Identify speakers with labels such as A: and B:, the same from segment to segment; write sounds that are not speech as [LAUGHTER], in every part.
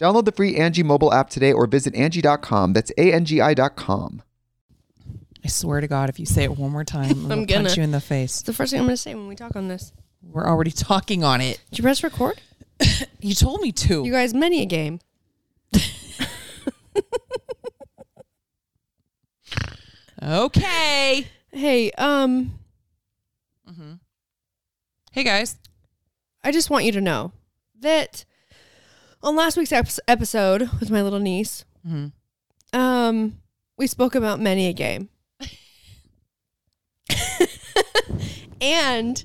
A: Download the free Angie mobile app today or visit Angie.com. That's A-N-G-I dot com.
B: I swear to God, if you say it one more time, I'm,
C: [LAUGHS] I'm
B: gonna,
C: gonna.
B: punch you in the
C: It's
B: face.
C: the first thing I'm going to say when we talk on this.
B: We're already talking on it.
C: Did you press record?
B: You told me to.
C: You guys, many a game.
B: okay.
C: Hey, um,
B: Hey guys.
C: I just want you to know that on last week's ep- episode with my little niece,
B: Mhm.
C: um, we spoke about many a game. and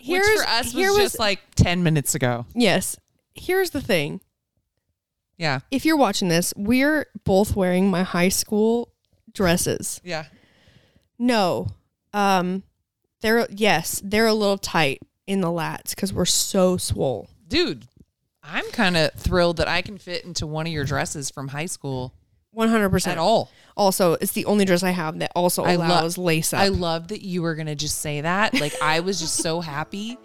C: here's
B: Which for us was,
C: here
B: just like ten minutes ago.
C: yes. Here's the thing.
B: Yeah.
C: If you're watching this, we're both wearing my high school dresses.
B: Yeah.
C: No. Um they're yes, they're a little tight in the lats cuz we're so swole.
B: Dude, I'm kind of thrilled that I can fit into one of your dresses from high school
C: 100%.
B: at all.
C: Also, it's the only dress I have that also
B: I lo-
C: allows lace up.
B: I love that you were gonna just say that. Like I was just so
C: [LAUGHS]
B: happy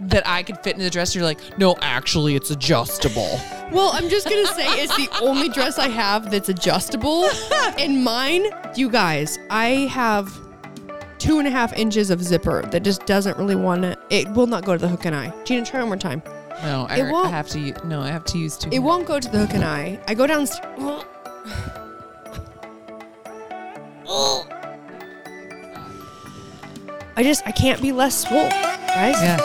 B: that I could fit into the dress. You're like, no, actually, it's adjustable.
C: well, I'm just going to say it's the only dress I have
B: [LAUGHS]
C: that's adjustable. and mine, you guys, I have two and a half inches of zipper that just doesn't really want to, it will not go to the hook and eye. Gina, try one more time.
B: No, I,
C: It won't-
B: I have to. u- No, I have to use two.
C: It won't go to the hook and eye. I go downstairs. I just I can't be less swole, guys.
B: Yeah.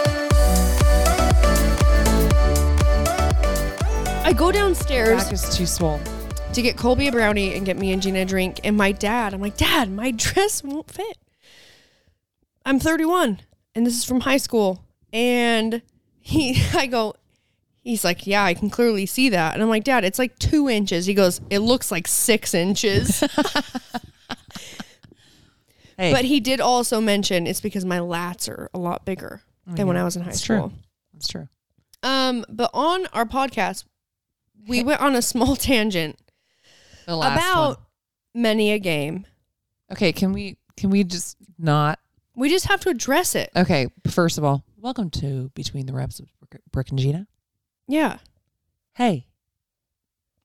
C: I go downstairs
B: Back is too swole.
C: to get Colby a brownie and get me and Gina a drink. And my dad, I'm like, Dad, my [LAUGHS] dress won't fit. I'm 31 and this is from high school. And he, [LAUGHS] I go, he's like, Yeah, I can clearly see that. And I'm like, Dad, it's like two inches. He goes, It looks like six inches.
B: Hey,
C: but he did also mention it's because my lats are a lot bigger than when I was in high
B: It's true.
C: school.
B: Oh, that's true.
C: Um, but on our podcast, we went on a small [LAUGHS] tangent
B: The last
C: about
B: one.
C: many a game.
B: Okay, can we can we just not?
C: We just have to address it.
B: Okay, first of all, welcome to Between the Reps with Brooke- Brooke and Gina.
C: Yeah.
B: Hey.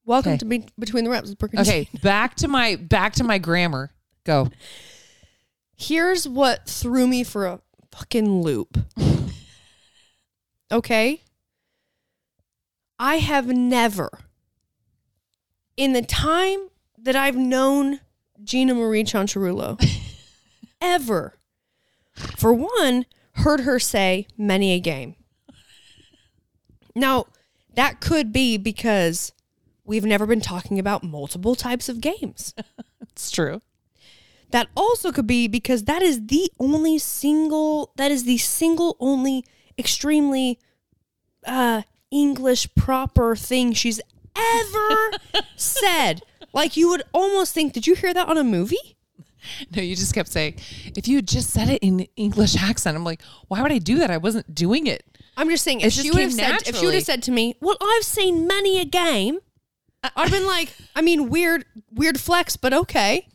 C: Welcome
B: Okay.
C: to be- Between the Reps. with Brooke and
B: Okay,
C: [LAUGHS] Jane.
B: back to my back to my grammar. Go.
C: Here's what threw me for a fucking loop. okay. I have never, in the time that I've known Gina Marie Chancharulo, ever, for one, heard her say many a game. Now, that could be because we've never been talking about multiple types of games.
B: It's true.
C: That also could be because that is the only single that is the single only extremely uh English proper thing she's ever said. Like you would almost think, did you hear that on a movie?
B: No, you just kept saying, if you had just said it in English accent, I'm like, why would I do that? I wasn't doing it.
C: I'm just saying
B: It
C: if
B: just
C: she would
B: came
C: have said if she
B: naturally.
C: would have said to me, Well, I've seen many a game I'd have been like, I mean, weird weird flex, but okay.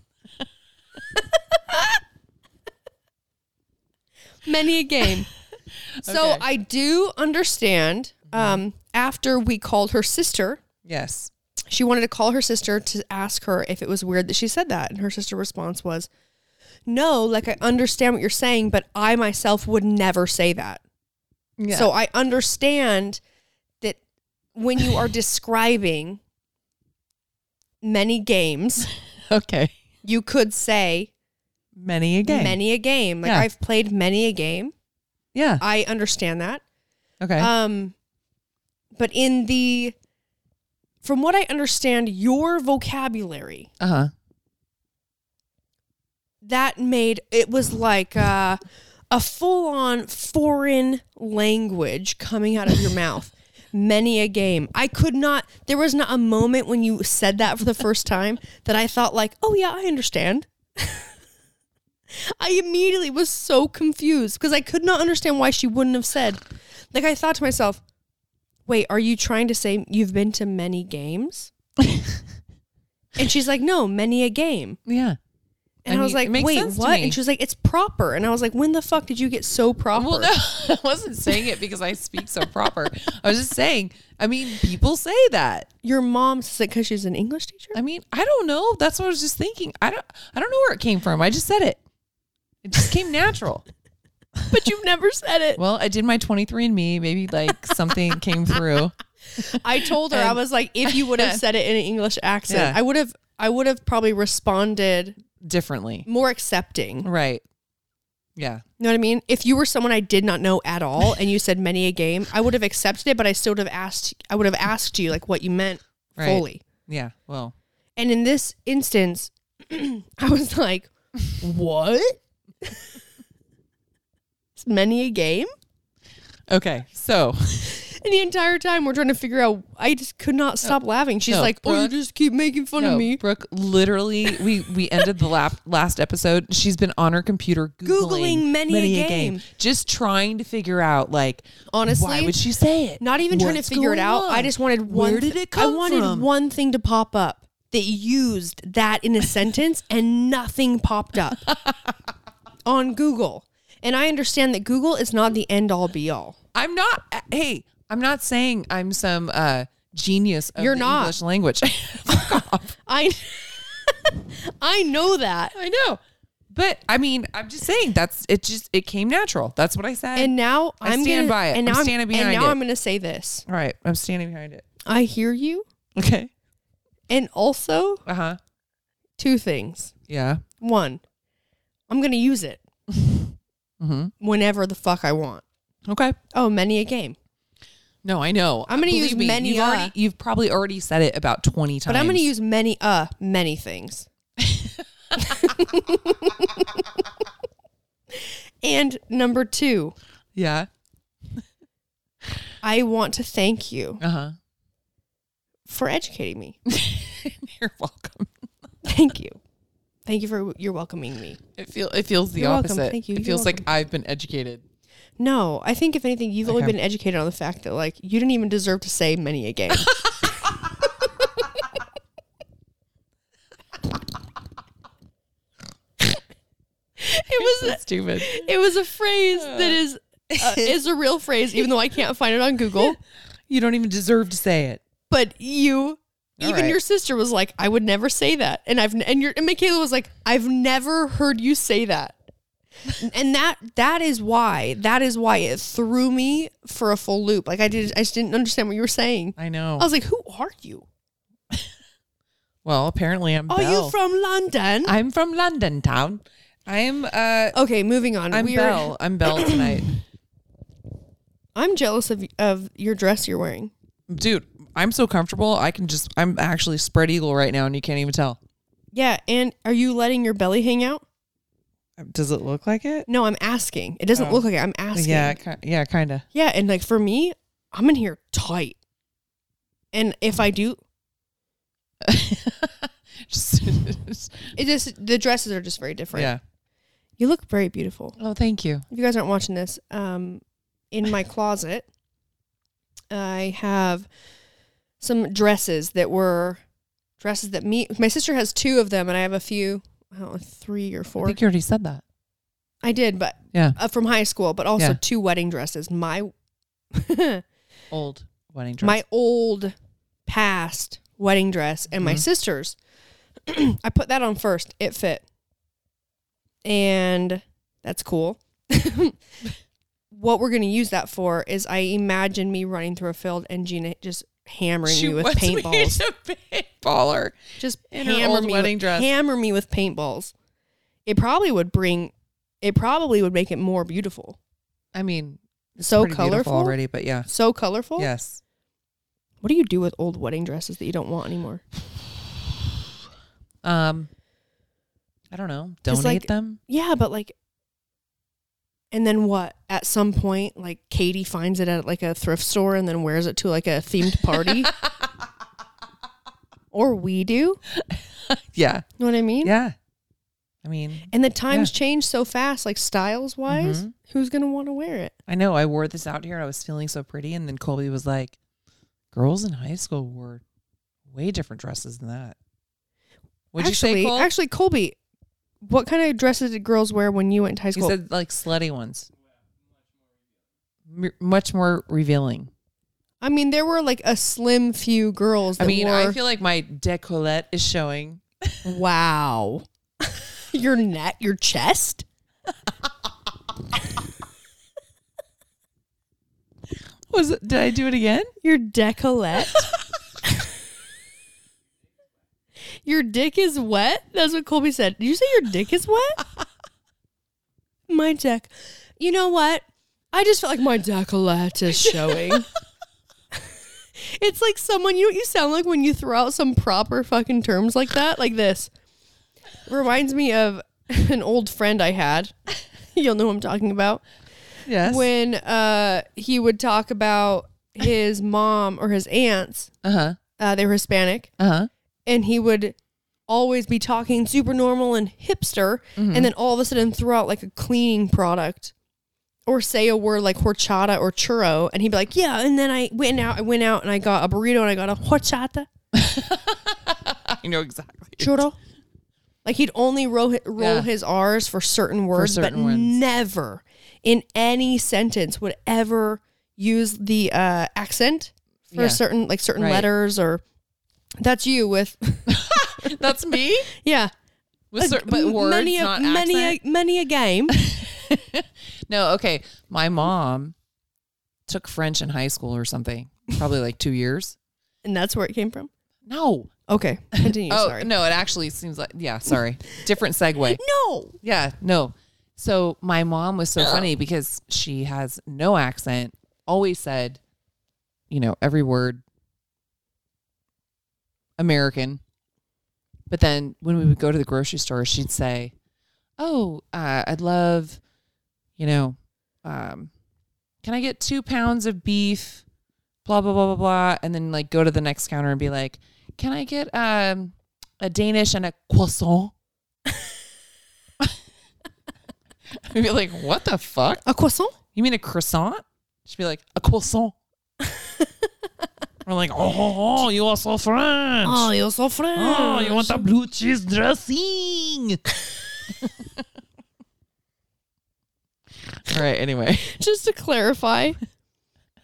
C: many
B: [LAUGHS]
C: a game. So
B: Okay. Uh-huh.
C: I do understand. Um, after we called her sister,
B: Yes.
C: she wanted to call her sister to ask her if it was weird that she said that. And her sister's response was, No, like I understand what you're saying, but I myself would never say that.
B: Yeah.
C: So I understand that when you are describing many games,
B: [LAUGHS] okay.
C: you could say
B: Many again.
C: many a game. Like
B: Yeah.
C: I've played many a game.
B: Yeah.
C: I understand that.
B: Okay.
C: Um, but in the, from what I understand, your vocabulary
B: Uh huh.
C: that made it was like uh, a full-on foreign language coming out of your mouth. Many a game. I could not. There was not a moment when you said that for the first time that I thought like, oh yeah, I understand. [LAUGHS] I immediately was so confused because I could not understand why she wouldn't have said. Like I thought to myself, wait, are you trying to say you've been to many games? and she's like, no, many a game.
B: Yeah.
C: And I,
B: I
C: was
B: mean,
C: like,
B: it makes
C: wait,
B: sense to
C: what?
B: me.
C: And she was like, it's proper. And I was like, when the fuck did you get so proper?
B: Well, no, [LAUGHS] I wasn't saying it because I speak so proper. I was just saying, I mean, people say that.
C: Your mom says it because she's an English teacher?
B: I mean, I don't know. That's what I was just thinking. I don't I don't know where it came from. I just said it. It just came natural.
C: but you've never said it.
B: Well, I did my 23andMe. Maybe like something came through.
C: I told her, I was like, if you
B: [LAUGHS]
C: would have said it in an English accent,
B: Yeah.
C: I would have I would have probably responded
B: differently.
C: more accepting. You
B: Right. Yeah.
C: know what I mean? If you were someone I did not know at all and you said many a game, I would have accepted it, but I still would have asked I would have asked you like what you meant
B: Right.
C: fully.
B: Yeah. Well,
C: And in this instance, [CLEARS THROAT] I was like, what? It's many a game?
B: okay. So,
C: And the entire time we're trying to figure out, I just could not stop laughing. She's
B: No,
C: like, oh, you
B: Brooke.
C: just keep making fun
B: no,
C: of me.
B: Brooke, literally, we, we ended the lap, last episode. She's been on her computer Googling,
C: Googling many a game.
B: just trying to figure out, like,
C: Honestly,
B: why would she say it?
C: not even trying to
B: What's
C: figure it
B: going
C: out. I
B: on?
C: just wanted one.
B: Where did
C: thi-
B: it come
C: I wanted
B: from?
C: one thing to pop up that used
B: [LAUGHS]
C: that in a sentence, and nothing popped up on Google. And I understand that Google is not the end all be all.
B: I'm not. uh, Hey, I'm not saying I'm some uh, genius of
C: You're
B: the
C: not.
B: English language. [LAUGHS] Fuck off.
C: I [LAUGHS] I know that.
B: I know, but I mean, I'm just saying that's it. Just it came natural. That's what I said.
C: And now
B: I
C: am
B: stand
C: gonna,
B: by it.
C: And now
B: I'm standing
C: And
B: behind
C: now
B: it.
C: I'm going to say this.
B: All right, I'm standing behind it.
C: I hear you,
B: Okay.
C: and also
B: Uh huh.
C: two things.
B: Yeah.
C: One, I'm going to use it
B: Mhm.
C: whenever the fuck I want.
B: Okay.
C: Oh, many a game.
B: No, I know.
C: I'm gonna
B: Believe
C: use
B: me,
C: many,
B: You've,
C: uh,
B: already, you've probably already said it about 20 times.
C: But I'm going to use many uh many things. and number 2,
B: Yeah.
C: I want to thank you
B: Uh huh.
C: for educating me.
B: [LAUGHS] You're welcome.
C: Thank you. Thank you for you're welcoming me.
B: It feel it feels the
C: You're welcome.
B: opposite.
C: Thank you.
B: It
C: You're
B: feels like I've been [LAUGHS] educated.
C: No, I think if anything, you've only
B: Okay.
C: been educated on the fact that like you didn't even deserve to say many a game. it was
B: Stupid.
C: it was a phrase that is uh, is a real phrase, even though I can't find it on Google.
B: You don't even deserve to say it.
C: But you,
B: All
C: even
B: right.
C: your sister was like, "I would never say that," and I've and your and Michaela was like, "I've never heard you say that," and that that is why that is why it threw me for a full loop. Like I did, I just didn't understand what you were saying.
B: I know.
C: I was like, "Who are you?
B: well, apparently I'm.
C: Are
B: Belle.
C: you from London?"
B: I'm from London town. I'm uh
C: okay, moving on.
B: I'm
C: We're-
B: Belle. I'm Belle [COUGHS] tonight.
C: I'm jealous of of your dress you're wearing.
B: Dude, I'm so comfortable. I can just. I'm actually spread eagle right now, and you can't even tell.
C: Yeah, and are you letting your belly hang out?
B: Does it look like it?
C: No, I'm asking. It doesn't
B: Oh.
C: look like it. I'm asking.
B: Yeah, ki- yeah, kind of.
C: Yeah, and like for me, I'm in here tight. And if I do,
B: [LAUGHS] just, [LAUGHS]
C: it just the dresses are just very different.
B: yeah.
C: You look very beautiful.
B: Oh, thank you.
C: If you guys aren't watching this, um in
B: [LAUGHS]
C: my closet I have some dresses that were dresses that me my sister has two of them and I have a few, I don't know, 3 or 4.
B: I think you already said that.
C: I did, but
B: Yeah,
C: uh, from high school, but also
B: Yeah.
C: two wedding dresses. My [LAUGHS]
B: Uh, old wedding dress.
C: my old past wedding dress and my
B: Mhm.
C: sister's. [CLEARS THROAT] I put that on first. It fit. And that's cool. [LAUGHS] what we're going to use that for is I imagine me running through a field and Gina just hammering me with
B: wants [LAUGHS]
C: paintballs.
B: Me to paintballer.
C: just
B: in her
C: hammer
B: old
C: me
B: wedding
C: with,
B: dress.
C: hammer me with paintballs. It probably would bring it probably would make it more beautiful.
B: I mean, it's
C: So
B: pretty beautiful
C: colorful?
B: already, but yeah,
C: So colorful.
B: yes.
C: What do you do with old wedding dresses that you don't want anymore?
B: Um, I don't know. Donate
C: Just like-
B: them.
C: Yeah, but like, and then what? At some point, like Katie finds it at like a thrift store and then wears it to like a themed
B: [LAUGHS]
C: party. or we do. You
B: Yeah,
C: know what I mean?
B: yeah. I mean,
C: And the times change so fast, like styles wise,
B: Mhm.
C: who's going to want to wear it?
B: I know I wore this out here. I was feeling so pretty, and then Colby was like, "Girls in high school wore way different dresses than that." Would you
C: actually,
B: say? Cole?
C: actually, Colby, what kind of dresses did girls wear when you went to high
B: he
C: school?
B: said like slutty ones, M- much more revealing.
C: I mean, there were like a slim few girls that
B: I mean,
C: wore,
B: I feel like my décolleté is showing.
C: wow, [LAUGHS] your neck, your chest.
B: Was it, did I do it again?
C: Your decollete. your dick is wet. That's what Colby said. Did you say your dick is wet? my deck. You know what? I just feel like my decollete is showing. [LAUGHS] it's like someone you you sound like when you throw out some proper fucking terms like that, like this. Reminds me of an old friend I had. [LAUGHS] You'll know who I'm talking about
B: Yes.
C: when uh, he would talk about his mom or his aunts.
B: Uh huh.
C: Uh, they were Hispanic,
B: Uh huh.
C: and he would always be talking super normal and hipster, and then all of a sudden throw out like a cleaning product. Or say a word like horchata or churro, and he'd be like, "Yeah." And then I went out, I went out, and I got a burrito, and I got a horchata
B: [LAUGHS] I know exactly.
C: churro. Like he'd only roll, roll
B: Yeah.
C: his R's for certain words,
B: certain
C: but
B: ones.
C: never in any sentence would ever use the uh, accent for
B: Yeah.
C: certain like certain
B: Right.
C: letters or. That's you with
B: [LAUGHS]
C: [LAUGHS]
B: That's me.
C: yeah.
B: With cer- but
C: m-
B: words,
C: many a,
B: not
C: many
B: accent.
C: a many a game.
B: No, okay. My mom took French in high school or something, probably like two years.
C: and that's where it came from.
B: No.
C: Okay, continue.
B: oh,
C: sorry.
B: no, it actually seems like, yeah, sorry. Different [LAUGHS] segue.
C: No.
B: Yeah, no. So my mom was so funny because she has no accent, always said, you know, every word American. But then when we would go to the grocery store, she'd say, Oh, uh, I'd love, you know, um, can I get two pounds of beef? Blah, blah, blah, blah, blah. And then like go to the next counter and be like, Can I get um, a Danish and a croissant? [LAUGHS] I'd be like, What the fuck?
C: A croissant?
B: You mean a croissant? She'd be like, a croissant. I'm like, oh, oh, oh, you are so French. Oh,
C: you're so French.
B: you want a blue cheese dressing. All right, anyway.
C: just to clarify,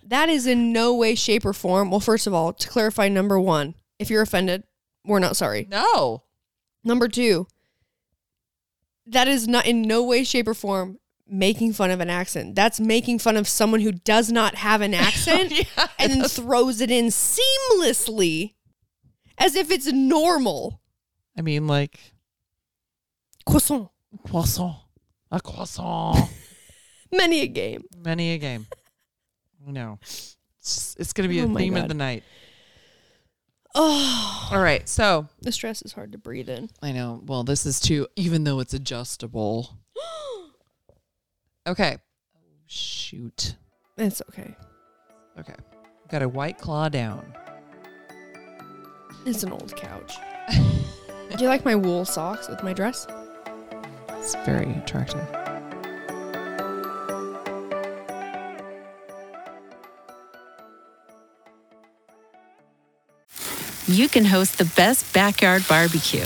C: that is in no way, shape, or form. Well, first of all, to clarify, number one, if you're offended, we're not sorry.
B: No.
C: Number two, that is not in no way, shape, or form making fun of an accent. That's making fun of someone who does not have [LAUGHS] an accent
B: Yeah.
C: and then throws it in seamlessly as if it's normal.
B: I mean, like,
C: Croissant,
B: croissant. A croissant.
C: many a game.
B: Many a game. No. It's, it's going to be
C: Oh
B: a
C: my
B: theme of
C: God.
B: the night.
C: Oh,
B: All right. So
C: the stress is hard to breathe in.
B: I know. Well, this is too, even though it's
C: [GASPS]
B: adjustable. Okay. Oh, shoot.
C: It's okay.
B: Okay. Got a white claw down.
C: It's an old couch. Do you like my wool socks with my dress?
B: It's very attractive.
D: you can host the best backyard barbecue.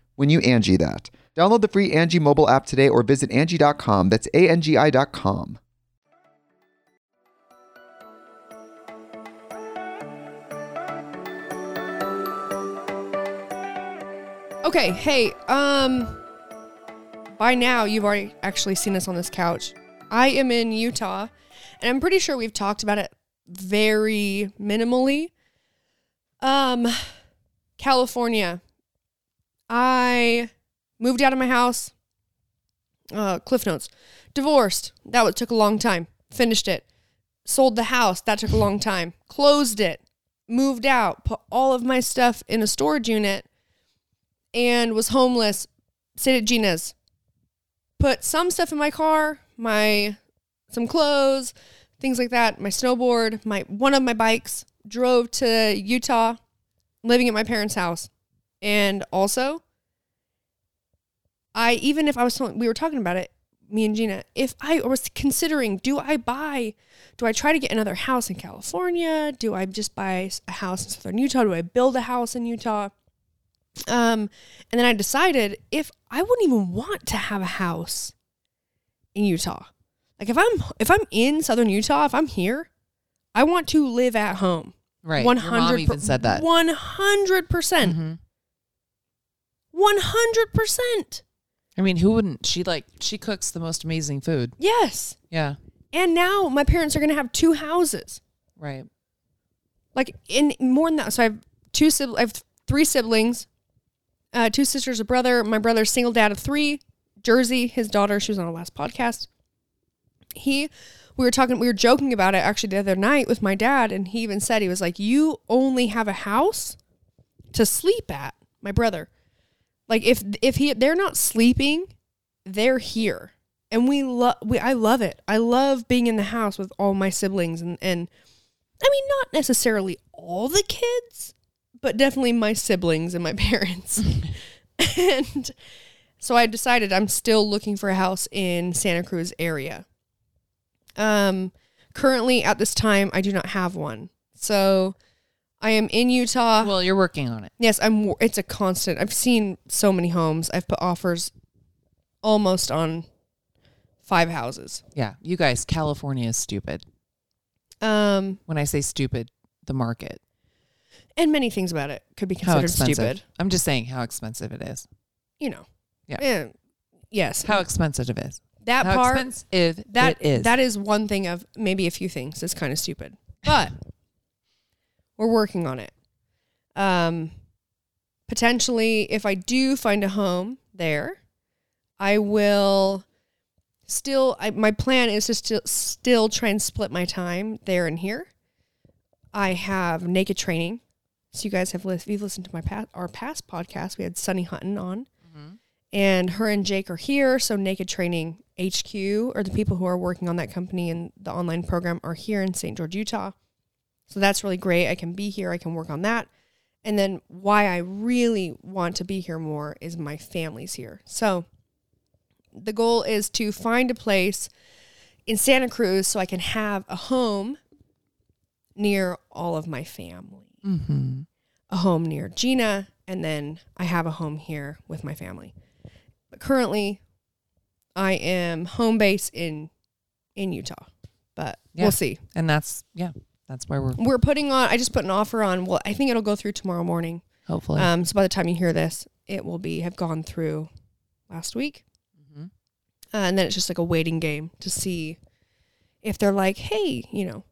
A: when you Angie that. Download the free Angie mobile app today or visit Angie.com. That's A-N-G-I dot com.
C: Okay, hey, um by now you've already actually seen us on this couch. I am in Utah, and I'm pretty sure we've talked about it very minimally. Um California. I moved out of my house. Uh Cliff Notes. Divorced. That was, took a long time. Finished it. Sold the house. That took a long time. Closed it. Moved out. Put all of my stuff in a storage unit and was homeless, stayed at Gina's. Put some stuff in my car, my some clothes, things like that, my snowboard, my one of my bikes, drove to Utah, living at my parents' house. And also I even if I was telling, we were talking about it, me and Gina, if I was considering, do I buy do I try to get another house in California? Do I just buy a house in southern Utah? Do I build a house in Utah? Um, and then I decided if I wouldn't even want to have a house in Utah. Like if I'm if I'm in southern Utah, if I'm here, I want to live at home.
B: Right. Your mom even said that.
C: One hundred percent.
B: Mhm.
C: One hundred percent.
B: I mean, who wouldn't? She like she cooks the most amazing food.
C: Yes.
B: Yeah.
C: And now my parents are gonna have two houses.
B: Right.
C: like in more than that. So I have two siblings. I have three siblings, uh, two sisters, a brother. My brother's single dad of three. Jersey, his daughter. She was on our last podcast. He, we were talking, we were joking about it actually the other night with my dad, and he even said he was like, "You only have a house to sleep at." My brother, like if if he they're not sleeping, they're here, and we love we I love it. I love being in the house with all my siblings and and I mean, not necessarily all the kids, but definitely my siblings and my [LAUGHS] parents. and so I decided I'm still looking for a house in Santa Cruz area. Um, currently at this time, I do not have one. So I am in Utah.
B: Well, you're working on it.
C: Yes, I'm. wor- It's a constant. I've seen so many homes. I've put offers almost on five houses.
B: Yeah. You guys, California is stupid.
C: Um,
B: When I say stupid, the market.
C: and many things about it could be
B: How
C: considered
B: expensive.
C: stupid.
B: I'm just saying how expensive it is.
C: You know.
B: Yeah.
C: Eh, yes.
B: How expensive it is.
C: that
B: how
C: part
B: expensive
C: that
B: it is.
C: that is one thing of maybe a few things that's kind of stupid. But we're working on it. Um potentially if I do find a home there, I will still I, my plan is to still still try and split my time there and here. I have naked training. So you guys have lis- you've listened to my past our past podcast. We had Sunny Hutton on and her and Jake are here. So Naked Training HQ or the people who are working on that company and the online program are here in St. George, Utah. So that's really great. I can be here. I can work on that. And then why I really want to be here more is my family's here. So the goal is to find a place in Santa Cruz so I can have a home near all of my family
B: Mm-hmm.
C: a home near Gina, and then I have a home here with my family. But currently, I am home base in in Utah, but
B: Yeah.
C: we'll see.
B: And that's yeah, that's where we're
C: We're putting on. I just put an offer on. Well, I think it'll go through tomorrow morning.
B: hopefully.
C: Um, so by the time you hear this, it will be have gone through last week,
B: Mhm.
C: uh, and then it's just like a waiting game to see if they're like, hey, you know,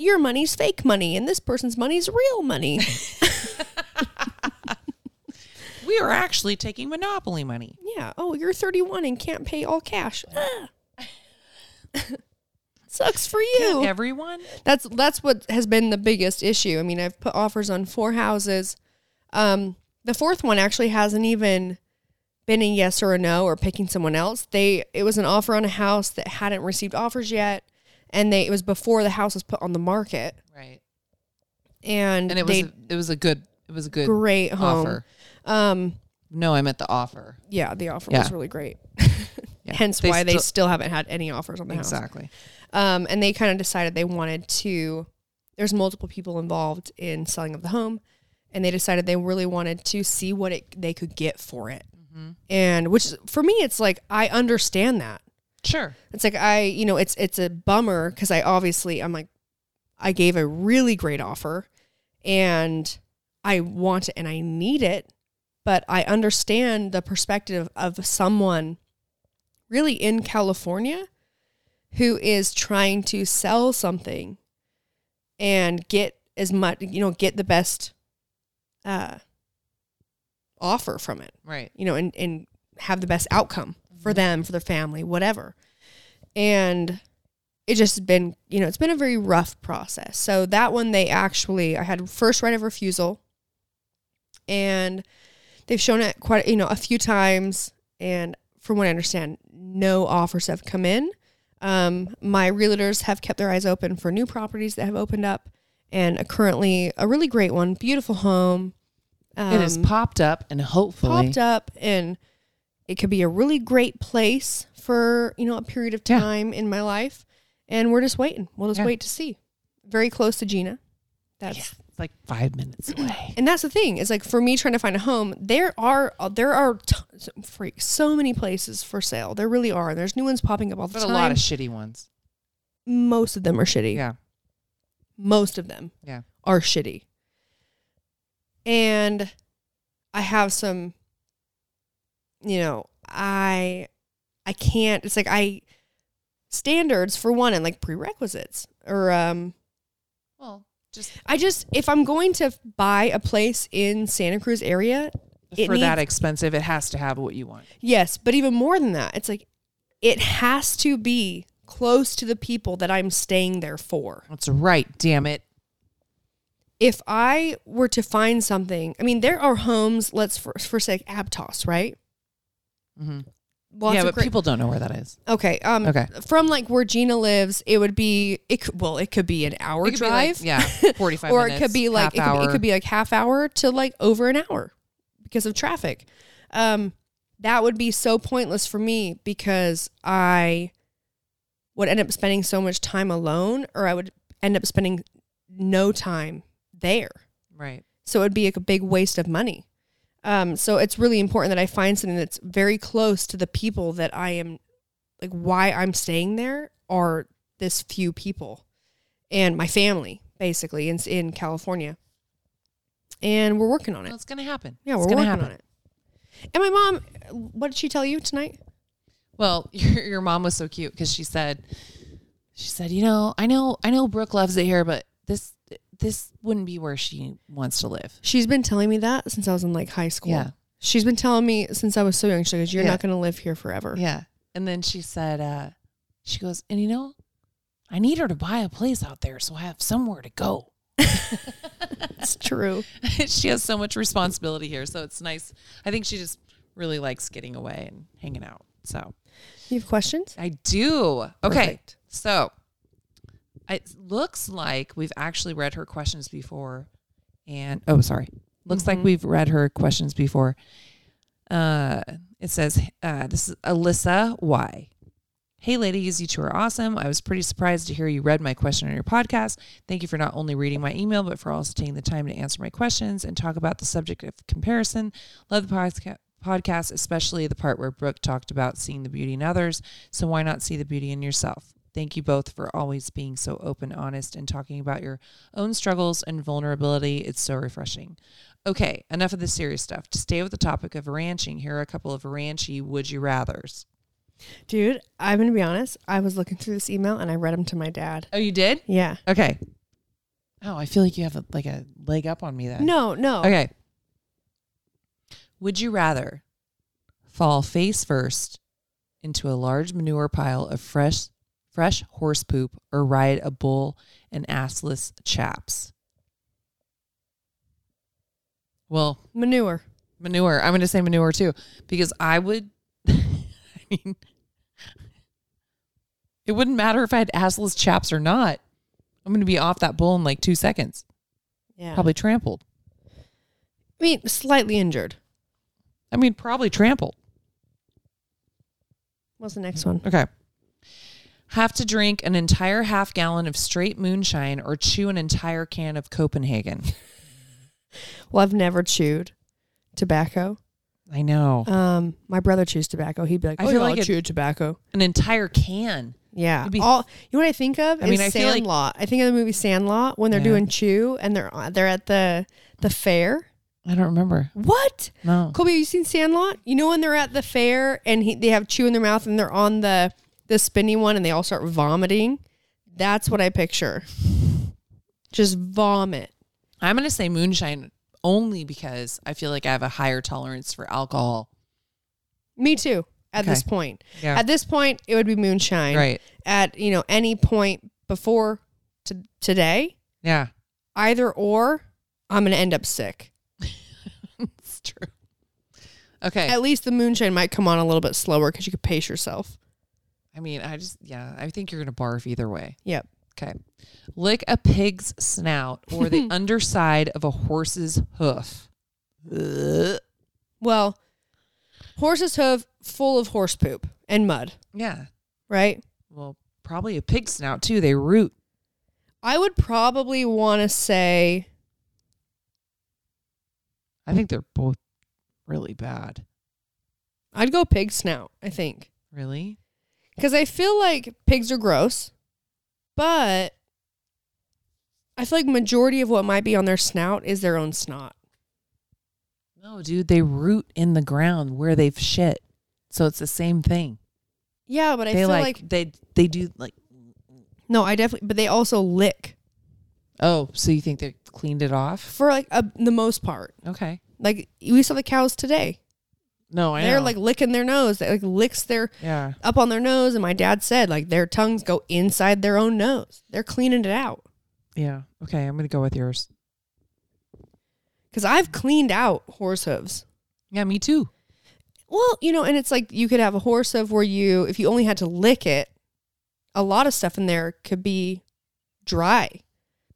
C: your money's fake money and this person's money's real money.
B: we are actually taking monopoly money.
C: Yeah. Oh, you're 31 and can't pay all cash. Ah. [LAUGHS] Sucks for
B: Can't
C: you.
B: everyone?
C: That's that's what has been the biggest issue. I mean, I've put offers on four houses. Um, the fourth one actually hasn't even been a yes or a no or picking someone else. They it was an offer on a house that hadn't received offers yet, and they it was before the house was put on the market,
B: Right.
C: and,
B: And it was
C: they
B: a, it was a good it was a good
C: great home.
B: offer.
C: Um,
B: No, I meant the offer.
C: yeah, the offer was
B: Yeah.
C: really great.
B: [LAUGHS] Yeah.
C: Hence
B: They
C: why they
B: still-
C: still haven't had any offers on the house.
B: Exactly.
C: Um, and they kind of decided they wanted to. There's multiple people involved in selling of the home, and they decided they really wanted to see what it they could get for it.
B: Mm-hmm.
C: And which is- for me, it's like I understand that.
B: Sure.
C: It's like I, you know, it's it's a bummer because I obviously I'm like I gave a really great offer, and I want it and I need it, but I understand the perspective of someone really in California who is trying to sell something and get as much, you know, get the best uh, offer from it
B: Right.
C: you know, and, and have the best outcome for them, for their family, whatever. And it just has been, you know, it's been a very rough process. So that one, they actually, I had first right of refusal and they've shown it quite, you know, a few times. And from what I understand, no offers have come in. Um, my realtors have kept their eyes open for new properties that have opened up and currently a really great one, beautiful home. Um,
B: it has popped up and hopefully
C: popped up and it could be a really great place for you know a period of
B: Yeah.
C: time in my life and we're just waiting we'll just
B: Yeah.
C: wait to see very close to gina that's
B: it's like five
C: [CLEARS THROAT]
B: minutes away.
C: and that's the thing is like for me trying to find a home there are there are t- freak so many places for sale there really are there's new ones popping up all the
B: But a
C: time
B: lot of shitty ones.
C: most of them are shitty
B: Yeah.
C: most of them
B: Yeah.
C: are shitty. And I have some you know, I I can't it's like I standards for one and like prerequisites or um
B: Well, just
C: I just if I'm going to buy a place in Santa Cruz area, It
B: for that expensive, it has to have what you want.
C: yes, but even more than that, it's like it has to be close to the people that I'm staying there for.
B: That's right. Damn it.
C: if I were to find something, I mean, there are homes. Let's for, for sake Aptos, right?
B: Mhm.
C: Lots
B: yeah,
C: of
B: but
C: great-
B: people don't know where that is.
C: Okay. Um.
B: Okay.
C: From like where Gina lives, it would be it. Could, well, it could be an hour
B: It could be like-
C: drive. [LAUGHS]
B: [LAUGHS] yeah, 45
C: or it
B: minutes,
C: could be like it
B: half
C: could, be- it
B: hour.
C: could be like half hour to like over an hour because of traffic. Um, that would be so pointless for me because I would end up spending so much time alone, or I would end up spending no time there.
B: Right.
C: So it would be like a big waste of money. Um, so it's really important that I find something that's very close to the people that I am like why I'm staying there are this few people and my family basically in in California. And we're working on
B: Well,
C: it.
B: it's gonna happen.
C: Yeah,
B: it's
C: we're
B: gonna
C: working
B: happen.
C: on it. And my mom, what did she tell you tonight?
B: Well, [LAUGHS] your, your mom was so cute because she said, she said, you know, I know, I know, Brooke loves it here, but this, this wouldn't be where she wants to live.
C: She's been telling me that since I was in like high school.
B: Yeah.
C: She's been telling me since I was so young. She goes, "You're
B: Yeah.
C: not going to live here forever."
B: Yeah. And then she said, uh, she goes, and you know, I need her to buy a place out there so I have somewhere to go. [LAUGHS]
C: It's true.
B: she has so much responsibility here, so it's nice. I think she just really likes getting away and hanging out. So
C: You have questions?
B: I do. Okay.
C: Perfect.
B: So it looks like we've actually read her questions before. And oh, sorry. Looks like we've read her questions before. Uh, it says, uh, this is Alyssa Y. Hey, ladies, you two are awesome. I was pretty surprised to hear you read my question on your podcast. Thank you for not only reading my email, but for also taking the time to answer my questions and talk about the subject of comparison. Love the podcast. Podcast, especially the part where Brooke talked about seeing the beauty in others. So, why not see the beauty in yourself? Thank you both for always being so open, honest, and talking about your own struggles and vulnerability. It's so refreshing. Okay, enough of the serious stuff. To stay with the topic of ranching, here are a couple of ranchy would you rathers.
C: Dude, I'm going to be honest. I was looking through this email and I read them to my dad.
B: Oh, you did?
C: Yeah.
B: Okay. Oh, I feel like you have a, like a leg up on me then.
C: No, no.
B: Okay. Would you rather fall face first into a large manure pile of fresh fresh horse poop or ride a bull and assless chaps? Well,
C: Manure.
B: manure. I'm going to say manure too because I would [LAUGHS] I mean it wouldn't matter if I had assless chaps or not. I'm going to be off that bull in like 2 seconds.
C: Yeah.
B: Probably trampled.
C: I mean, slightly injured.
B: I mean, probably trampled.
C: What's the next one?
B: Okay. Have to drink an entire half gallon of straight moonshine or chew an entire can of Copenhagen.
C: Well, I've never chewed tobacco.
B: I know.
C: Um, my brother chews tobacco. He'd be like,
B: Oh. I
C: "Oh,
B: feel
C: yeah,
B: like
C: I
B: it-
C: chewed tobacco."
B: An entire can.
C: Yeah.
B: It'd be-
C: All you know what I think of?
B: I
C: I
B: mean,
C: mean,
B: I feel like-
C: Sandlot. I think of the movie Sandlot when they're
B: Yeah.
C: doing chew and they're uh, they're at the the fair.
B: I don't remember.
C: What?
B: No.
C: Colby, have you seen Sandlot? You know when they're at the fair and he, they have chew in their mouth and they're on the the spinny one and they all start vomiting. That's what I picture. Just vomit.
B: I'm going to say moonshine only because I feel like I have a higher tolerance for alcohol.
C: Me too. At this
B: Okay.
C: point,
B: Yeah.
C: at this point, it would be moonshine.
B: Right.
C: At you know any point before to today,
B: Yeah.
C: either or, I'm gonna end up sick.
B: It's true. Okay.
C: At least the moonshine might come on a little bit slower because you could pace yourself.
B: I mean, I just, yeah, I think you're going to barf either way.
C: Yep.
B: Okay. Lick a pig's snout or
C: [LAUGHS]
B: the underside of a horse's hoof. Ugh.
C: Well, horse's hoof full of horse poop and mud,
B: Yeah.
C: right?
B: Well, probably a pig snout too. They root.
C: I would probably want to say
B: I think they're both really bad.
C: I'd go pig snout, I think.
B: Really?
C: Because I feel like pigs are gross, but I feel like majority of what might be on their snout is their own snot.
B: No, dude. They root in the ground where they've shit. So it's the same thing.
C: Yeah, but I
B: they
C: feel
B: like,
C: like,
B: they they do like
C: no, I definitely but they also lick
B: oh, so you think they cleaned it off?
C: for like a, the most part.
B: Okay.
C: Like we saw the cows today.
B: No, Oh, I
C: They're
B: know.
C: like licking their nose. They like licks their
B: yeah.
C: up on their nose and my dad said like their tongues go inside their own nose. They're cleaning it out.
B: Yeah. Okay, I'm gonna go with yours.
C: Cuz I've cleaned out horse hooves.
B: Yeah, me too.
C: Well, you know, and it's like you could have a horse of where you, if you only had to lick it, a lot of stuff in there could be dry.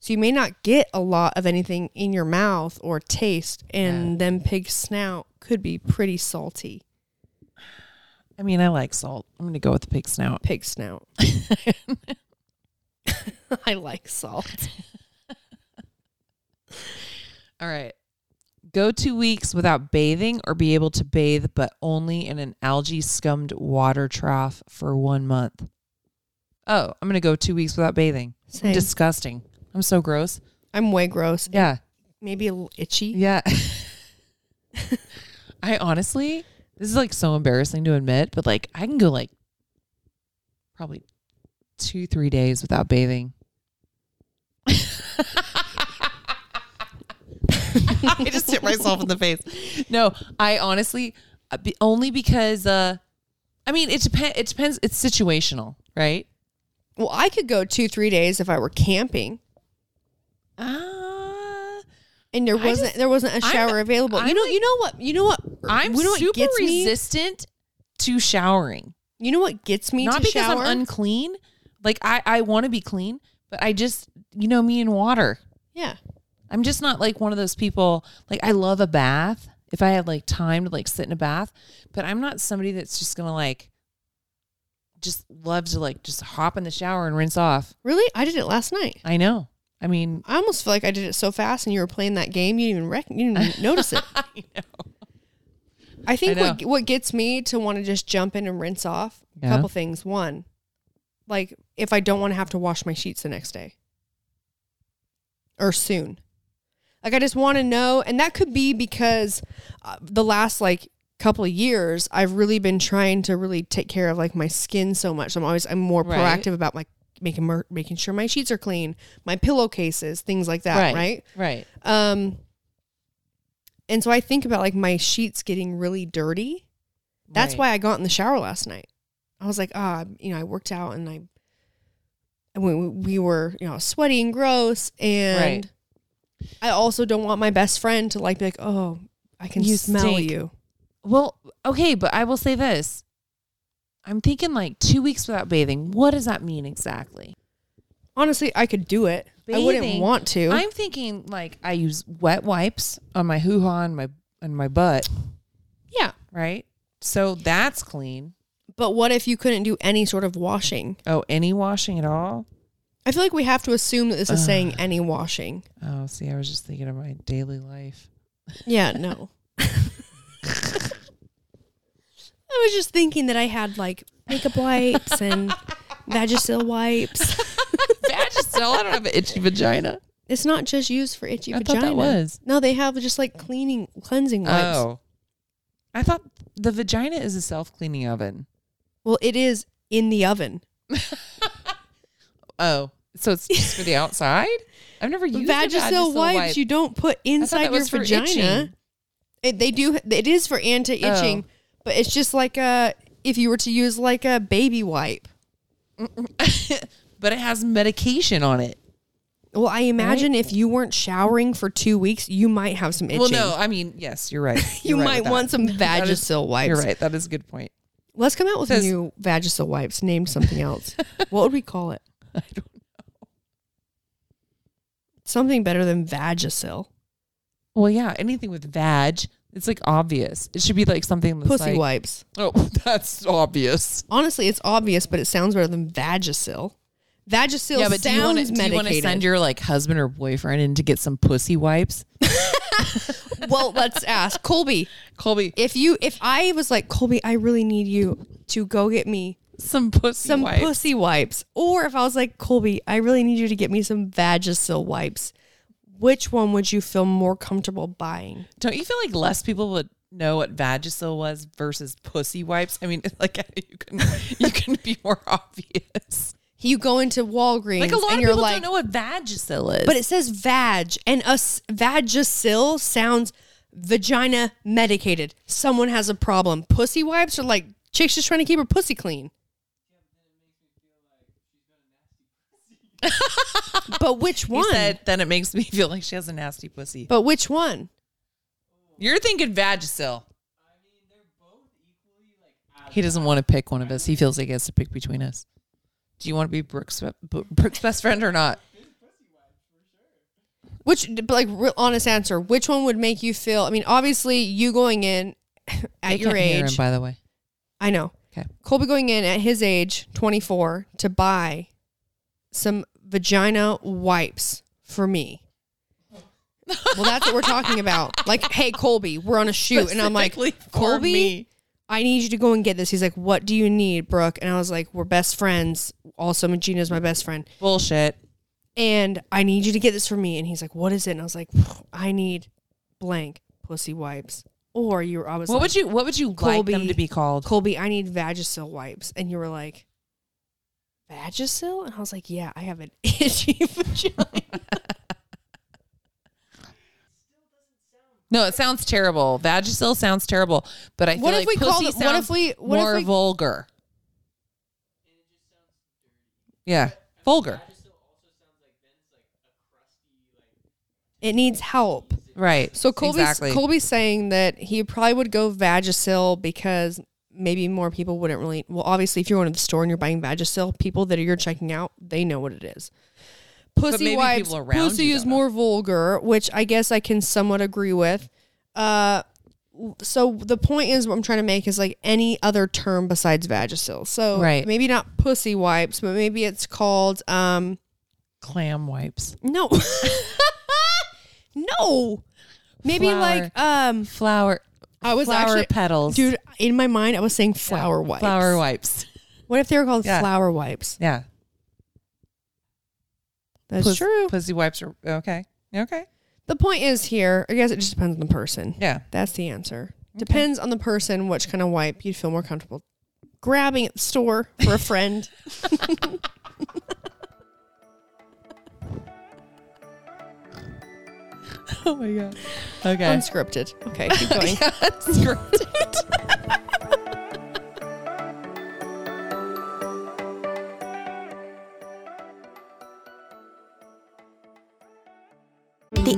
C: So you may not get a lot of anything in your mouth or taste, and then pig snout could be pretty salty.
B: I mean, I like salt. I'm gonna go with the pig snout. [LAUGHS]
C: Pig snout. I like salt.
B: All right. Go two weeks without bathing or be able to bathe, but only in an algae scummed water trough for one month. Oh, I'm going to go two weeks without bathing.
C: Same.
B: Disgusting. I'm so gross.
C: I'm way gross.
B: Yeah.
C: Maybe a little itchy.
B: Yeah. [LAUGHS] I honestly, this is like so embarrassing to admit, but like I can go like probably two, three days without [LAUGHS] bathing. I just hit myself in the face. No, I honestly uh, be- only because uh I mean it depends it depends it's situational, right?
C: Well, I could go two, three days if I were camping
B: Uh,
C: and there
B: I
C: wasn't
B: just-
C: there wasn't a
B: I'm-
C: shower available.
B: I'm
C: you know,
B: like-
C: you know what, you know what,
B: I'm
C: you know what
B: super
C: gets me.
B: resistant to showering.
C: You know what gets me
B: not
C: to
B: because
C: shower?
B: I'm unclean. Like I, I want to be clean, but I just, you know, me and water.
C: yeah,
B: I'm just not like one of those people. Like I love a bath if I had like time to like sit in a bath, but I'm not somebody that's just gonna like, just love to like just hop in the shower and rinse off.
C: really, I did it last night.
B: I know. I
C: [LAUGHS]
B: mean,
C: I almost feel like I did it so fast, and you were playing that game, you didn't even rec- you didn't even notice it.
B: I know.
C: I think
B: I
C: what what gets me to want to just jump in and rinse off a
B: Yeah.
C: couple things. One, like if I don't want to have to wash my sheets the next day or soon. Like I just want to know and that could be because uh, the last like couple of years I've really been trying to really take care of like my skin so much. I'm always I'm more
B: Right.
C: proactive about my making mer- making sure my sheets are clean, my pillowcases, things like that, right?
B: Right.
C: Um, and so I think about like my sheets getting really dirty. That's
B: Right.
C: why I got in the shower last night. I was like, ah, you know, I worked out and I, and we, we were, you know, sweaty and gross. And I also don't want my best friend to like be like, oh, I can
B: You
C: smell
B: stink.
C: you.
B: Well, okay, but I will say this. I'm thinking like two weeks without bathing. What does that mean exactly?
C: Honestly, I could do it. I wouldn't
B: Bathing.
C: want to.
B: I'm thinking like I use wet wipes on my hoo ha and my and my butt,
C: yeah.
B: right? So that's clean.
C: But what if you couldn't do any sort of washing?
B: Oh, any washing at all?
C: I feel like we have to assume that this is saying
B: Ugh.
C: any washing.
B: Oh, see, I was just thinking of my daily life. [LAUGHS]
C: Yeah, no. I was just thinking that I had like makeup wipes and Vagisil wipes.
B: Vagisil, I don't have an itchy vagina.
C: It's not just used for itchy
B: I thought
C: vagina.
B: that was.
C: No, they have just like cleaning cleansing wipes.
B: Oh. I thought the vagina is a self cleaning oven.
C: Well, it is in the oven.
B: Oh. So it's just for the outside? I've never used a
C: Vagisil wipes
B: wipe.
C: you don't
B: I
C: put
B: thought that
C: inside your
B: was for
C: vagina.
B: itching. Oh.
C: It, they do it is for anti-itching, but it's just like a if you were to use like a baby wipe.
B: [LAUGHS] but it has medication on it.
C: Well, I imagine if you weren't showering for 2 weeks, you might have some itching.
B: Well, no, I mean, yes, you're
C: [LAUGHS]
B: right.
C: you
B: You're right with
C: might
B: that.
C: want some
B: That is-
C: Vagisil wipes.
B: You're right. That is a good point.
C: Let's come out with
B: Says-
C: new Vagisil wipes named
B: [LAUGHS]
C: something else. what would we call it?
B: I don't.
C: Something better than Vagisil.
B: Well, yeah, anything with vag, it's like obvious. It should be like something that's
C: Pussy
B: like,
C: wipes.
B: Oh, [LAUGHS] that's obvious.
C: Honestly, it's obvious, but it sounds better than Vagisil. Vagisil
B: yeah, but do
C: sounds
B: you want to
C: medicated.
B: do you want to send your like husband or boyfriend in to get some pussy wipes?
C: [LAUGHS] well, let's ask Colby.
B: Colby,
C: If you, if I was like Colby, I really need you to go get me
B: some pussy
C: some
B: wipes.
C: pussy wipes, or if I was like Colby, I really need you to get me some Vagisil wipes. Which one would you feel more comfortable buying?
B: Don't you feel like less people would know what Vagisil was versus pussy wipes? I mean, [LAUGHS] like you can you can be more obvious.
C: You go into Walgreens
B: Like a lot
C: and
B: of
C: you're
B: people
C: like,
B: don't know what Vagisil is.
C: but it says vag, and us vagisil sounds vagina medicated. Someone has a problem. Pussy wipes are like chicks just trying to keep her pussy clean.
B: [LAUGHS]
C: but which
B: he
C: one?
B: said then it makes me [LAUGHS] feel like she has a nasty pussy.
C: but which one?
B: You're thinking Vagisil. He doesn't want to pick one of us. He feels like he has to pick between us. Do you want to be Brooke's B- Brooke's best friend or not?
C: Which, but like, real honest answer. Which one would make you feel? I mean, obviously, you going in [LAUGHS]
B: I
C: at your
B: can't hear him,
C: age.
B: by the way.
C: I know.
B: Okay.
C: Colby going in at his age, 24, to buy some vagina wipes for me. Well, that's what we're talking about. Like, hey, Colby, we're on a shoot. And I'm like,
E: Specifically for
C: Colby,
E: me.
C: I need you to go and get this. He's like, what do you need, Brooke? And I was like, we're best friends. Also, Magina's my best friend.
B: Bullshit.
C: And I need you to get this for me. And he's like, what is it? And I was like, I need blank pussy wipes. Or you were, I was
B: What
C: like,
B: would you What would you like
C: Colby-
B: them to be called?
C: Colby, I need Vagisil wipes. And you were like, Vagisil? And I was like, yeah, I have an [LAUGHS] itchy vagina.
B: No, it sounds terrible. Vagisil sounds terrible, but I feel
C: What if
B: like
C: we
B: pussy
C: called it- what
B: sounds
C: if we- what if
B: more
C: we-
B: vulgar. Yeah, vulgar.
C: It needs help.
B: Right.
C: So Colby's,
B: exactly.
C: Colby's saying that he probably would go Vagisil because maybe more people wouldn't really. Well, obviously, if you're going to the store and you're buying Vagisil, people that you're checking out, they know what it is. Pussy
B: maybe
C: wipes.
B: people around
C: pussy
B: you
C: is
B: don't
C: more vulgar, which I guess I can somewhat agree with. Uh, so the point is, what I'm trying to make is like any other term besides Vagisil. So
B: Right.
C: maybe not pussy wipes, but maybe it's called um
B: clam wipes,
C: no, [LAUGHS] no. Maybe
B: Flower.
C: like um
B: flower,
C: I was
B: flower
C: actually,
B: petals,
C: dude. In my mind, I was saying flower wipes.
B: flower wipes.
C: What if they were called
B: Yeah.
C: flower wipes?
B: Yeah,
C: That's
B: Puss-
C: true.
B: Pussy wipes are okay. Okay.
C: The point is here. I guess it just depends on the person.
B: Yeah.
C: That's the answer. Depends on the person which kind of wipe you'd feel more comfortable grabbing at the store for a friend.
B: [LAUGHS] Oh my god. [LAUGHS] Okay. [LAUGHS]
C: Unscripted. Okay, keep going.
F: The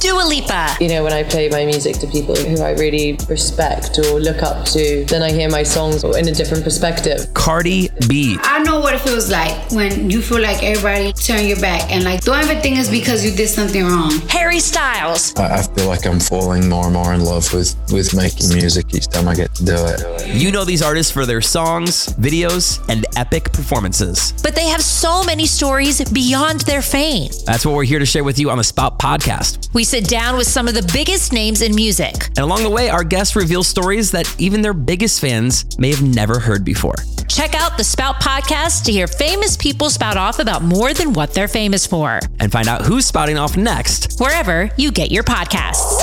G: Dua Lipa.
H: You know, when I play my music to people who I really respect or look up to, then I hear my songs in a different perspective.
I: Cardi B.
J: I know what it feels like when you feel like everybody turn your back and like don't ever think it's because you did something wrong.
G: Harry Styles.
K: I, I feel like I'm falling more and more in love with, with making music each time I get to do it.
I: You know these artists for their songs, videos, and epic performances.
G: But they have so many stories beyond their fame.
I: That's what we're here to share with you on the Spout podcast.
G: We sit down with some of the biggest names in music.
I: And along the way, our guests reveal stories that even their biggest fans may have never heard before.
G: Check out the Spout podcast to hear famous people spout off about more than what they're famous for,
I: And find out who's spouting off next.
G: wherever you get your podcasts.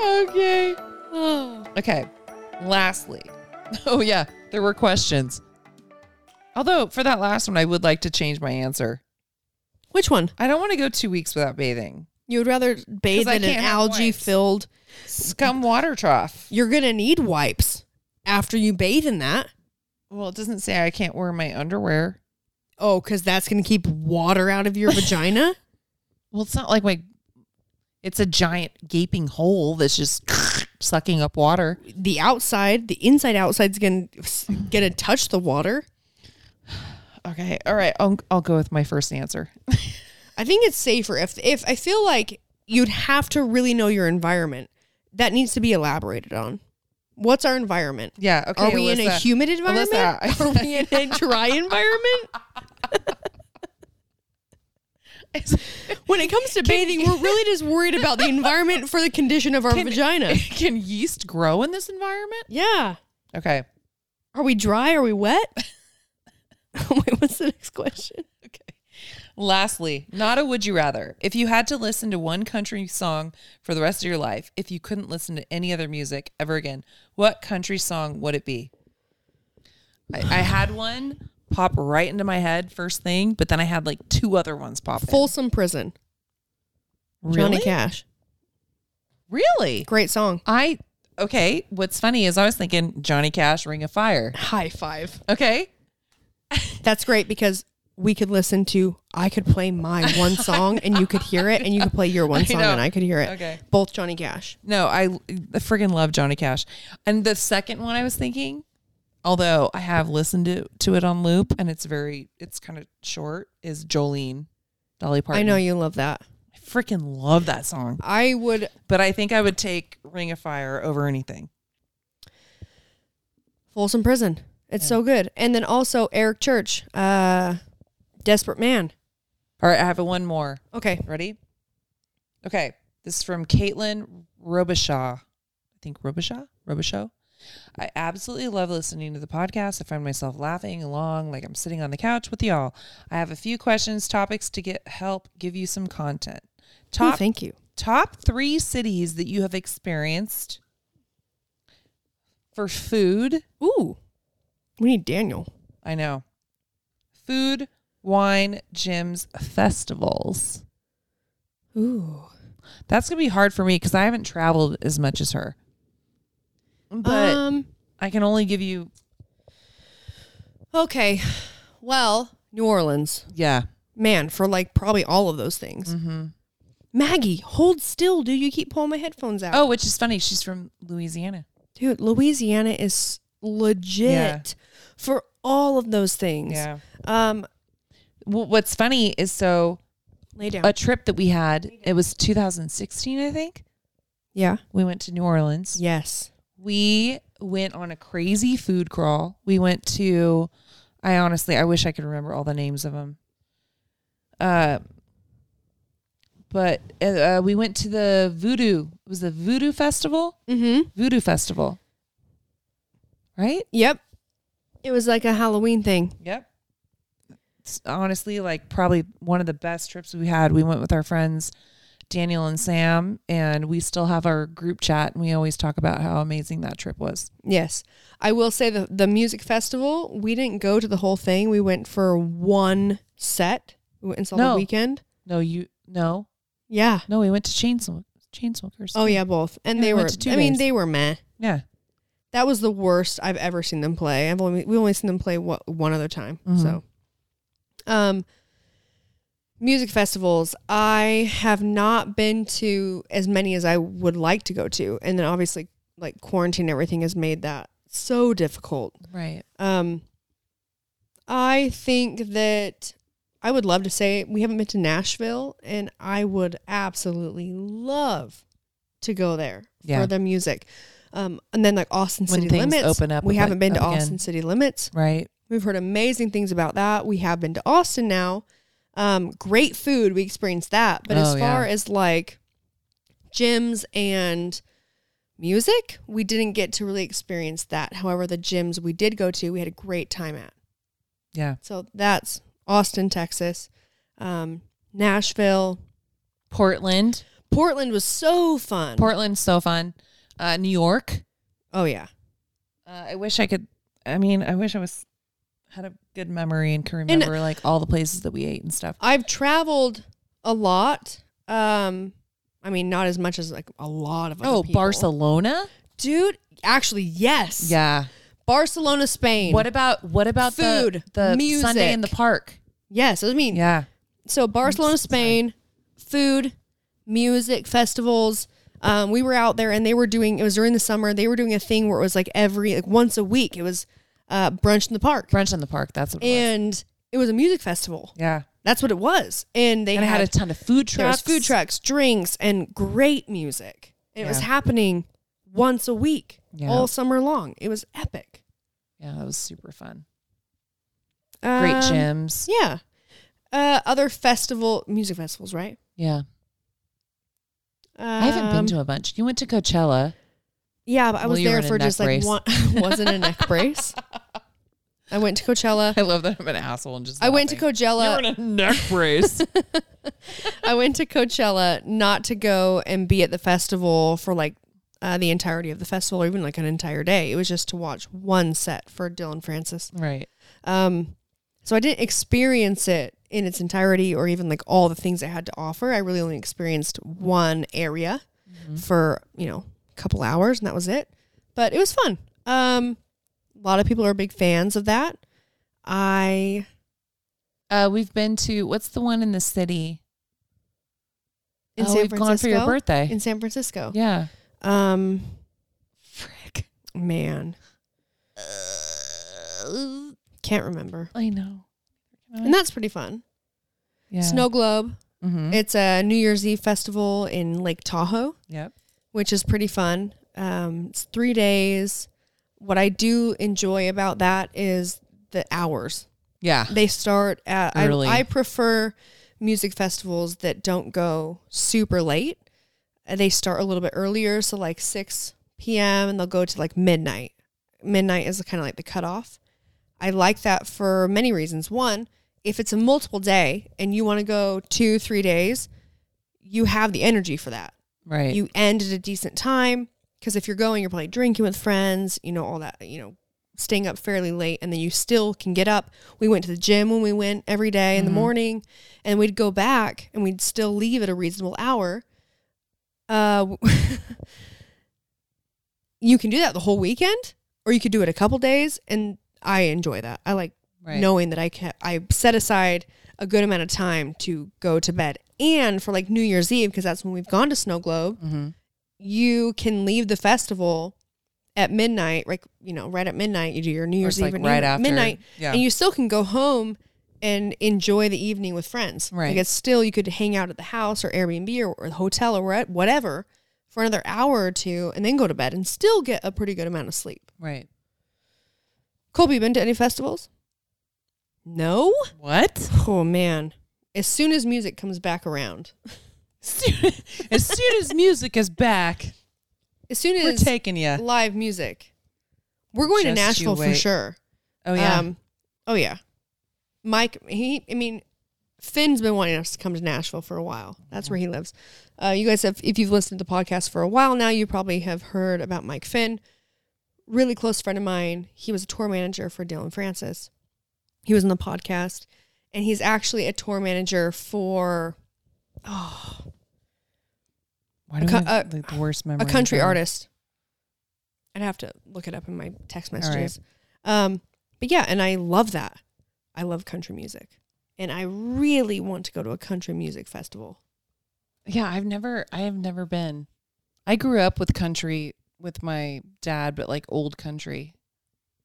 B: okay. Okay. Lastly. [LAUGHS] Oh yeah, there were questions. Although for that last one, I would like to change my answer.
C: Which one?
B: I don't want to go two weeks without bathing.
C: You would rather bathe
B: 'Cause I
C: in an
B: can't have wipes.
C: algae filled.
B: Scum water trough.
C: You're gonna need wipes after you bathe in that.
B: Well, it doesn't say I can't wear my underwear.
C: Oh, because that's gonna keep water out of
B: [LAUGHS]
C: your vagina.
B: Well, it's not like my. It's a giant gaping hole that's just [LAUGHS] sucking up water.
C: The outside, the inside outside's gonna gonna touch the water.
B: Okay, all right. I'll, I'll go with my first answer.
C: I think it's safer if if I feel like you'd have to really know your environment. That needs to be elaborated on. What's our environment?
B: Yeah. Okay.
C: Are we in a
B: Alyssa.
C: humid environment?
B: [LAUGHS] Alyssa,
C: Are we in a
B: [LAUGHS]
C: dry environment? When it comes to bathing, we're really just worried about the environment for the condition of
B: [LAUGHS]
C: our vagina.
B: Can yeast grow in this environment?
C: Yeah.
B: Okay.
C: Are we dry? Are we wet? [LAUGHS] Wait, what's the next question?
B: Okay. Lastly, not a would you rather. If you had to listen to one country song for the rest of your life, if you couldn't listen to any other music ever again, what country song would it be? I, I had one pop right into my head first thing, but then I had like two other ones pop. in.
C: Folsom Prison. Johnny
B: Really?
C: Cash.
B: Really?
C: Great song.
B: I okay, what's funny is I was thinking Johnny Cash, Ring of Fire.
C: High five.
B: Okay.
C: That's great because we could listen to I could play my [LAUGHS] one song and you could hear it and you could play your one
B: I
C: song
B: know.
C: and I could hear it.
B: Okay.
C: Both Johnny Cash.
B: No, I, I friggin' love Johnny Cash. And the second one I was thinking, although I have listened to, to it on loop and it's very, it's kind of short, is Jolene, Dolly Parton.
C: I know you love that.
B: I freaking love that song.
C: I would
B: But I think I would take Ring of Fire over anything.
C: Folsom Prison. It's so good. And then also Eric Church, uh Desperate Man.
B: All right, I have one more.
C: Okay.
B: Ready? Okay. This is from Caitlin Robishaw. I think Robishaw? Robishaw? I absolutely love listening to the podcast. I find myself laughing along like I'm sitting on the couch with y'all. I have a few questions, topics to get help give you some content.
C: Ooh,
B: Top
C: thank you.
B: top 3 cities that you have experienced for food.
C: Ooh. We need Daniel.
B: I know. Food, wine, gyms, festivals.
C: Ooh.
B: That's gonna be hard for me because I haven't traveled as much as her. But
C: um
B: I can only give you
C: okay. Well, New Orleans.
B: yeah.
C: Man, for like probably all of those things.
B: Mm-hmm.
C: Maggie, hold still, dude. You keep pulling my headphones out.
B: Oh, which is funny. She's from Louisiana.
C: Dude, Louisiana is legit
B: Yeah.
C: for all of those things. Um,
B: Well, what's funny is so
C: lay down.
B: a trip that we had. It was 2016, I think.
C: yeah.
B: We went to New Orleans.
C: Yes.
B: We went on a crazy food crawl. We went to. I honestly, I wish I could remember all the names of them. Uh, but uh, uh, we went to the Voodoo. It was the Voodoo Festival.
C: Mm-hmm.
B: Voodoo Festival. Right?
C: Yep. It was like a Halloween thing.
B: Yep. It's honestly like probably one of the best trips we had. We went with our friends Daniel and Sam, and we still have our group chat, and we always talk about how amazing that trip was.
C: Yes. I will say the the music festival, we didn't go to the whole thing. We went for one set. We went and saw
B: No.
C: the weekend.
B: No, you no,
C: Yeah.
B: no. We went to Chainsm- Chainsmokers.
C: Oh yeah, both. And
B: Yeah,
C: they
B: we
C: were
B: went to two
C: I mean,
B: days.
C: they were meh.
B: yeah.
C: That was the worst I've ever seen them play. I've only we only seen them play what, one other time.
B: Mhm.
C: So, um, music festivals I have not been to as many as I would like to go to, and then obviously like quarantine, and everything has made that so difficult.
B: Right.
C: Um, I think that I would love to say we haven't been to Nashville, and I would absolutely love to go there
B: Yeah.
C: for the music. Um, and then like Austin
B: When
C: City
B: things
C: Limits,
B: open up
C: we
B: ab-
C: haven't been to
B: up again.
C: Austin City Limits.
B: Right.
C: We've heard amazing things about that. We have been to Austin now. Um, great food. We experienced that. But as
B: Oh,
C: far
B: yeah.
C: as like gyms and music, we didn't get to really experience that. However, the gyms we did go to, we had a great time at.
B: Yeah.
C: So that's Austin, Texas, um, Nashville.
B: Portland.
C: Portland was so fun.
B: Portland's so fun. Uh, New York.
C: oh, yeah.
B: Uh, I wish I could. I mean, I wish I was had a good memory and could remember like all the places that we ate and stuff.
C: I've traveled a lot. Um, I mean, not as much as like a lot of other
B: Oh,
C: people.
B: Barcelona.
C: dude actually yes
B: Yeah.
C: barcelona spain
B: What about what about
C: Food,
B: the, the
C: music.
B: Sunday in the park?
C: yes i mean
B: Yeah.
C: so barcelona spain food music festivals um, we were out there and they were doing it was during the summer they were doing a thing where it was like every like once a week it was uh, brunch in the park
B: Brunch in the park. That's what it was.
C: and it was a music festival
B: Yeah.
C: that's what it was and they
B: and I had a ton of food
C: there
B: trucks.
C: was food trucks drinks and great music and it was
B: Yeah.
C: happening once a week
B: Yeah.
C: all summer long it was epic
B: Yeah, that was super fun. Great
C: Um,
B: gyms.
C: Yeah. Uh, other festival music festivals, right?
B: Yeah.
C: Um,
B: I haven't been to a bunch. You went to Coachella.
C: Yeah, but I
B: Well,
C: was
B: you were
C: there
B: in a
C: for just
B: neck
C: like
B: brace.
C: one. [LAUGHS] wasn't a neck brace. I went
B: [LAUGHS]
C: to Coachella.
B: love that I'm an asshole and just
C: I went to Coachella.
B: a [LAUGHS]
C: [LAUGHS]
B: neck brace.
C: I went to Coachella not to go and be at the festival for like uh, the entirety of the festival or even like an entire day. It was just to watch one set for Dylan Francis.
B: right.
C: Um, so I didn't experience it in its entirety or even like
B: Mm-hmm.
C: all the things it had to offer. I really only experienced one area for, you know, a couple hours and that was it. But it was fun. Um, a lot of people are big fans of that. I
B: Uh, we've been to what's the one in the city?
C: in
B: Oh,
C: San
B: we've
C: Francisco
B: gone for your birthday.
C: in San Francisco.
B: Yeah.
C: Um, frick, man,
B: Uh.
C: can't remember.
B: I know.
C: And that's pretty fun.
B: yeah.
C: Snow Globe.
B: Mhm.
C: It's a New Year's Eve festival in Lake Tahoe.
B: Yep.
C: which is pretty fun. Um, it's three days. What I do enjoy about that is the hours.
B: Yeah.
C: They start at, I,
B: Early.
C: I prefer music festivals that don't go super late. Uh, They start a little bit earlier, so like 6 p.m., and they'll go to like midnight. Midnight is kind of like the cutoff. I like that for many reasons. One, if it's a multiple day and you want to go two, three days, you have the energy for that
B: Right.
C: you end at a decent time because if you're going you're probably drinking with friends you know all that you know staying up fairly late and then you still can get up we went to the gym when we went every day
B: Mm-hmm.
C: in the morning and we'd go back and we'd still leave at a reasonable hour uh [LAUGHS] you can do that the whole weekend or you could do it a couple days and i enjoy that i like
B: Right.
C: knowing that i can i set aside a good amount of time to go to bed and for like new year's eve because that's when we've gone to snow globe you can leave the festival at midnight like you know right at midnight you do your new
B: Or
C: year's
B: it's,
C: eve
B: like,
C: and
B: right
C: New-
B: after.
C: midnight
B: Yeah.
C: and you still can go home and enjoy the evening with friends
B: Right.
C: like it's still you could hang out at the house or airbnb or, or the hotel or where- whatever for another hour or two and then go to bed and still get a pretty good amount of sleep
B: Right.
C: colby been to any festivals no
B: What?
C: oh man as soon as music comes back around
B: as soon
C: [LAUGHS]
B: as music is back,
C: as soon
B: we're
C: as
B: taking you.
C: live music. We're going to
B: Just you
C: Nashville for
B: wait.
C: sure.
B: Oh yeah.
C: oh yeah. Mike, he, I mean, Finn's been wanting us to come to Nashville for a while. That's where he lives. Uh, you guys have, if you've listened to the podcast for a while now, you probably have heard about Mike Finn. Really close friend of mine. He was a tour manager for Dylan Francis. He was on the podcast, and he's actually a tour manager for oh,
B: Why
C: a
B: do
C: co-
B: we have,
C: a-
B: like, the worst memory?
C: a country
B: ever?
C: artist. I'd have to look it up in my text
B: right.
C: messages. Um, but yeah, and I love that. I love country music, and I really want to go to a country music festival.
B: Yeah, I've never I have never been. I grew up with country with my dad, but like old country.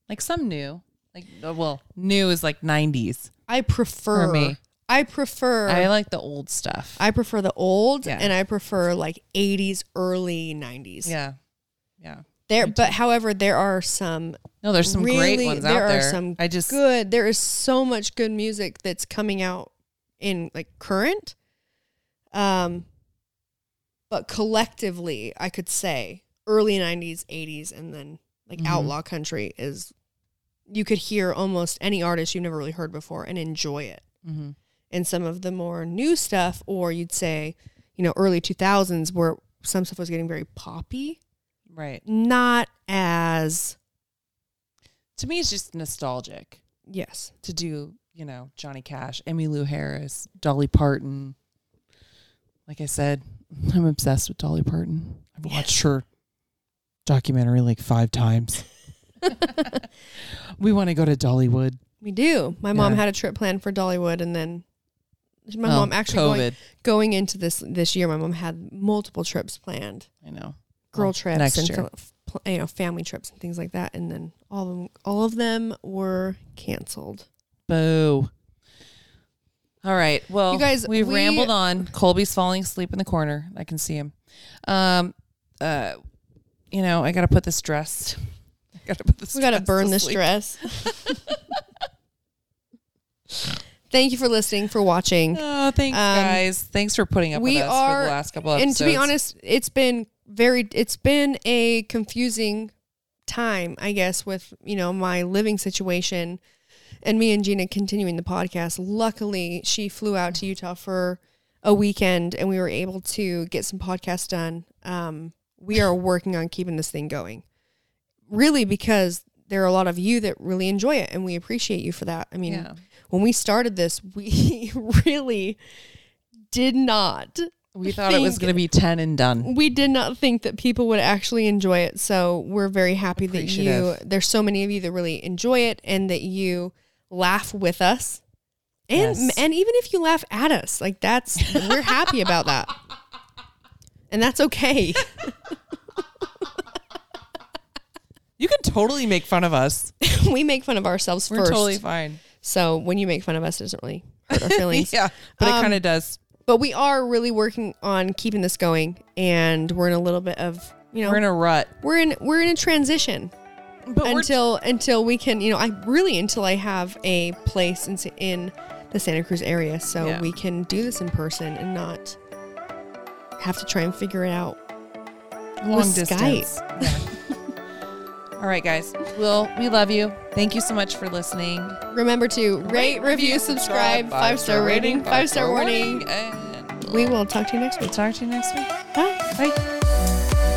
B: Like some new. Like uh, well, new is like 90s.
C: I prefer.
B: me.
C: I prefer.
B: I
C: I,
B: like the old stuff.
C: prefer the old,
B: Yeah.
C: and I prefer like '80s, early '90s.
B: yeah. Yeah.
C: There, but however, there are some
B: No, there's some great ones
C: there
B: out there.
C: are some
B: I just
C: good. There is so much good music that's coming out in like current. Um, but collectively, I could say early '90s, '80s, and then like
B: Mm-hmm.
C: outlaw country is. You could hear almost any artist you never really heard before and enjoy it.
B: Mhm.
C: And some of the more new stuff, or you'd say, you know, early 2000s, where some stuff was getting very poppy,
B: right.
C: not as
B: To me it's just nostalgic
C: yes,
B: to do, you know, Johnny Cash, Emmy Lou Harris, Dolly Parton. Like I said, [LAUGHS] I'm obsessed with Dolly Parton. I've watched her documentary like five times. we want to go to Dollywood.
C: We do. My mom
B: Yeah.
C: had a trip planned for Dollywood, and then my
B: Oh,
C: mom actually going,
B: COVID.
C: going into this this year. My mom had multiple trips planned,
B: I know.
C: girl
B: Well,
C: trips
B: Oh, next
C: and
B: year.
C: fil- pl- you know family trips and things like that. And then all of them, all of them were canceled.
B: Boo. All right. Well,
C: You guys,
B: we've
C: we-
B: rambled on. Colby's falling asleep in the corner. I can see him. Um, uh, you know, I got to put this dress. [LAUGHS] I got to put this.
C: We gotta
B: dress
C: burn
B: to
C: this
B: sleep. [LAUGHS]
C: dress. Thank you for listening, for watching.
B: Oh, thanks,
C: Um,
B: guys. Thanks for putting up
C: we
B: with us
C: are
B: for the last couple of
C: and
B: episodes.
C: to be honest it's been very it's been a confusing time i guess with you know my living situation and me and gina continuing the podcast luckily she flew out to utah for a weekend and we were able to get some podcasts done um, we are working on keeping this thing going really because there are a lot of you that really enjoy it and we appreciate you for that i mean
B: Yeah.
C: [LAUGHS] when we started this we really did not
B: We thought it was
C: think-
B: going to be 10 and done.
C: we did not think that people would actually enjoy it so we're very happy that you
B: Appreciative.
C: there's so many of you that really enjoy it and that you laugh with us and
B: Yes.
C: and even if you laugh at us like that's we're happy
B: [LAUGHS]
C: about that and that's okay [LAUGHS]
B: You can totally make fun of us.
C: we make fun of ourselves
B: We're
C: first
B: totally fine.
C: so when you make fun of us it doesn't really hurt our
B: [LAUGHS]
C: feelings
B: yeah, but it
C: Um,
B: kind of does.
C: but we are really working on keeping this going and we're in a little bit of you know
B: We're in a rut.
C: we're in we're in a transition
B: But
C: until until we can you know i really until i have a place in Sa- in the santa cruz area so
B: Yeah.
C: we can do this in person and not have to try and figure it out
B: we're long
C: with
B: distance. All right, guys. Well, we love you. Thank you so much for listening.
C: remember to rate review subscribe five star rating five star warning
B: And
C: we will talk to you next
B: we'll
C: week
B: talk to you next week.
C: bye
B: Bye.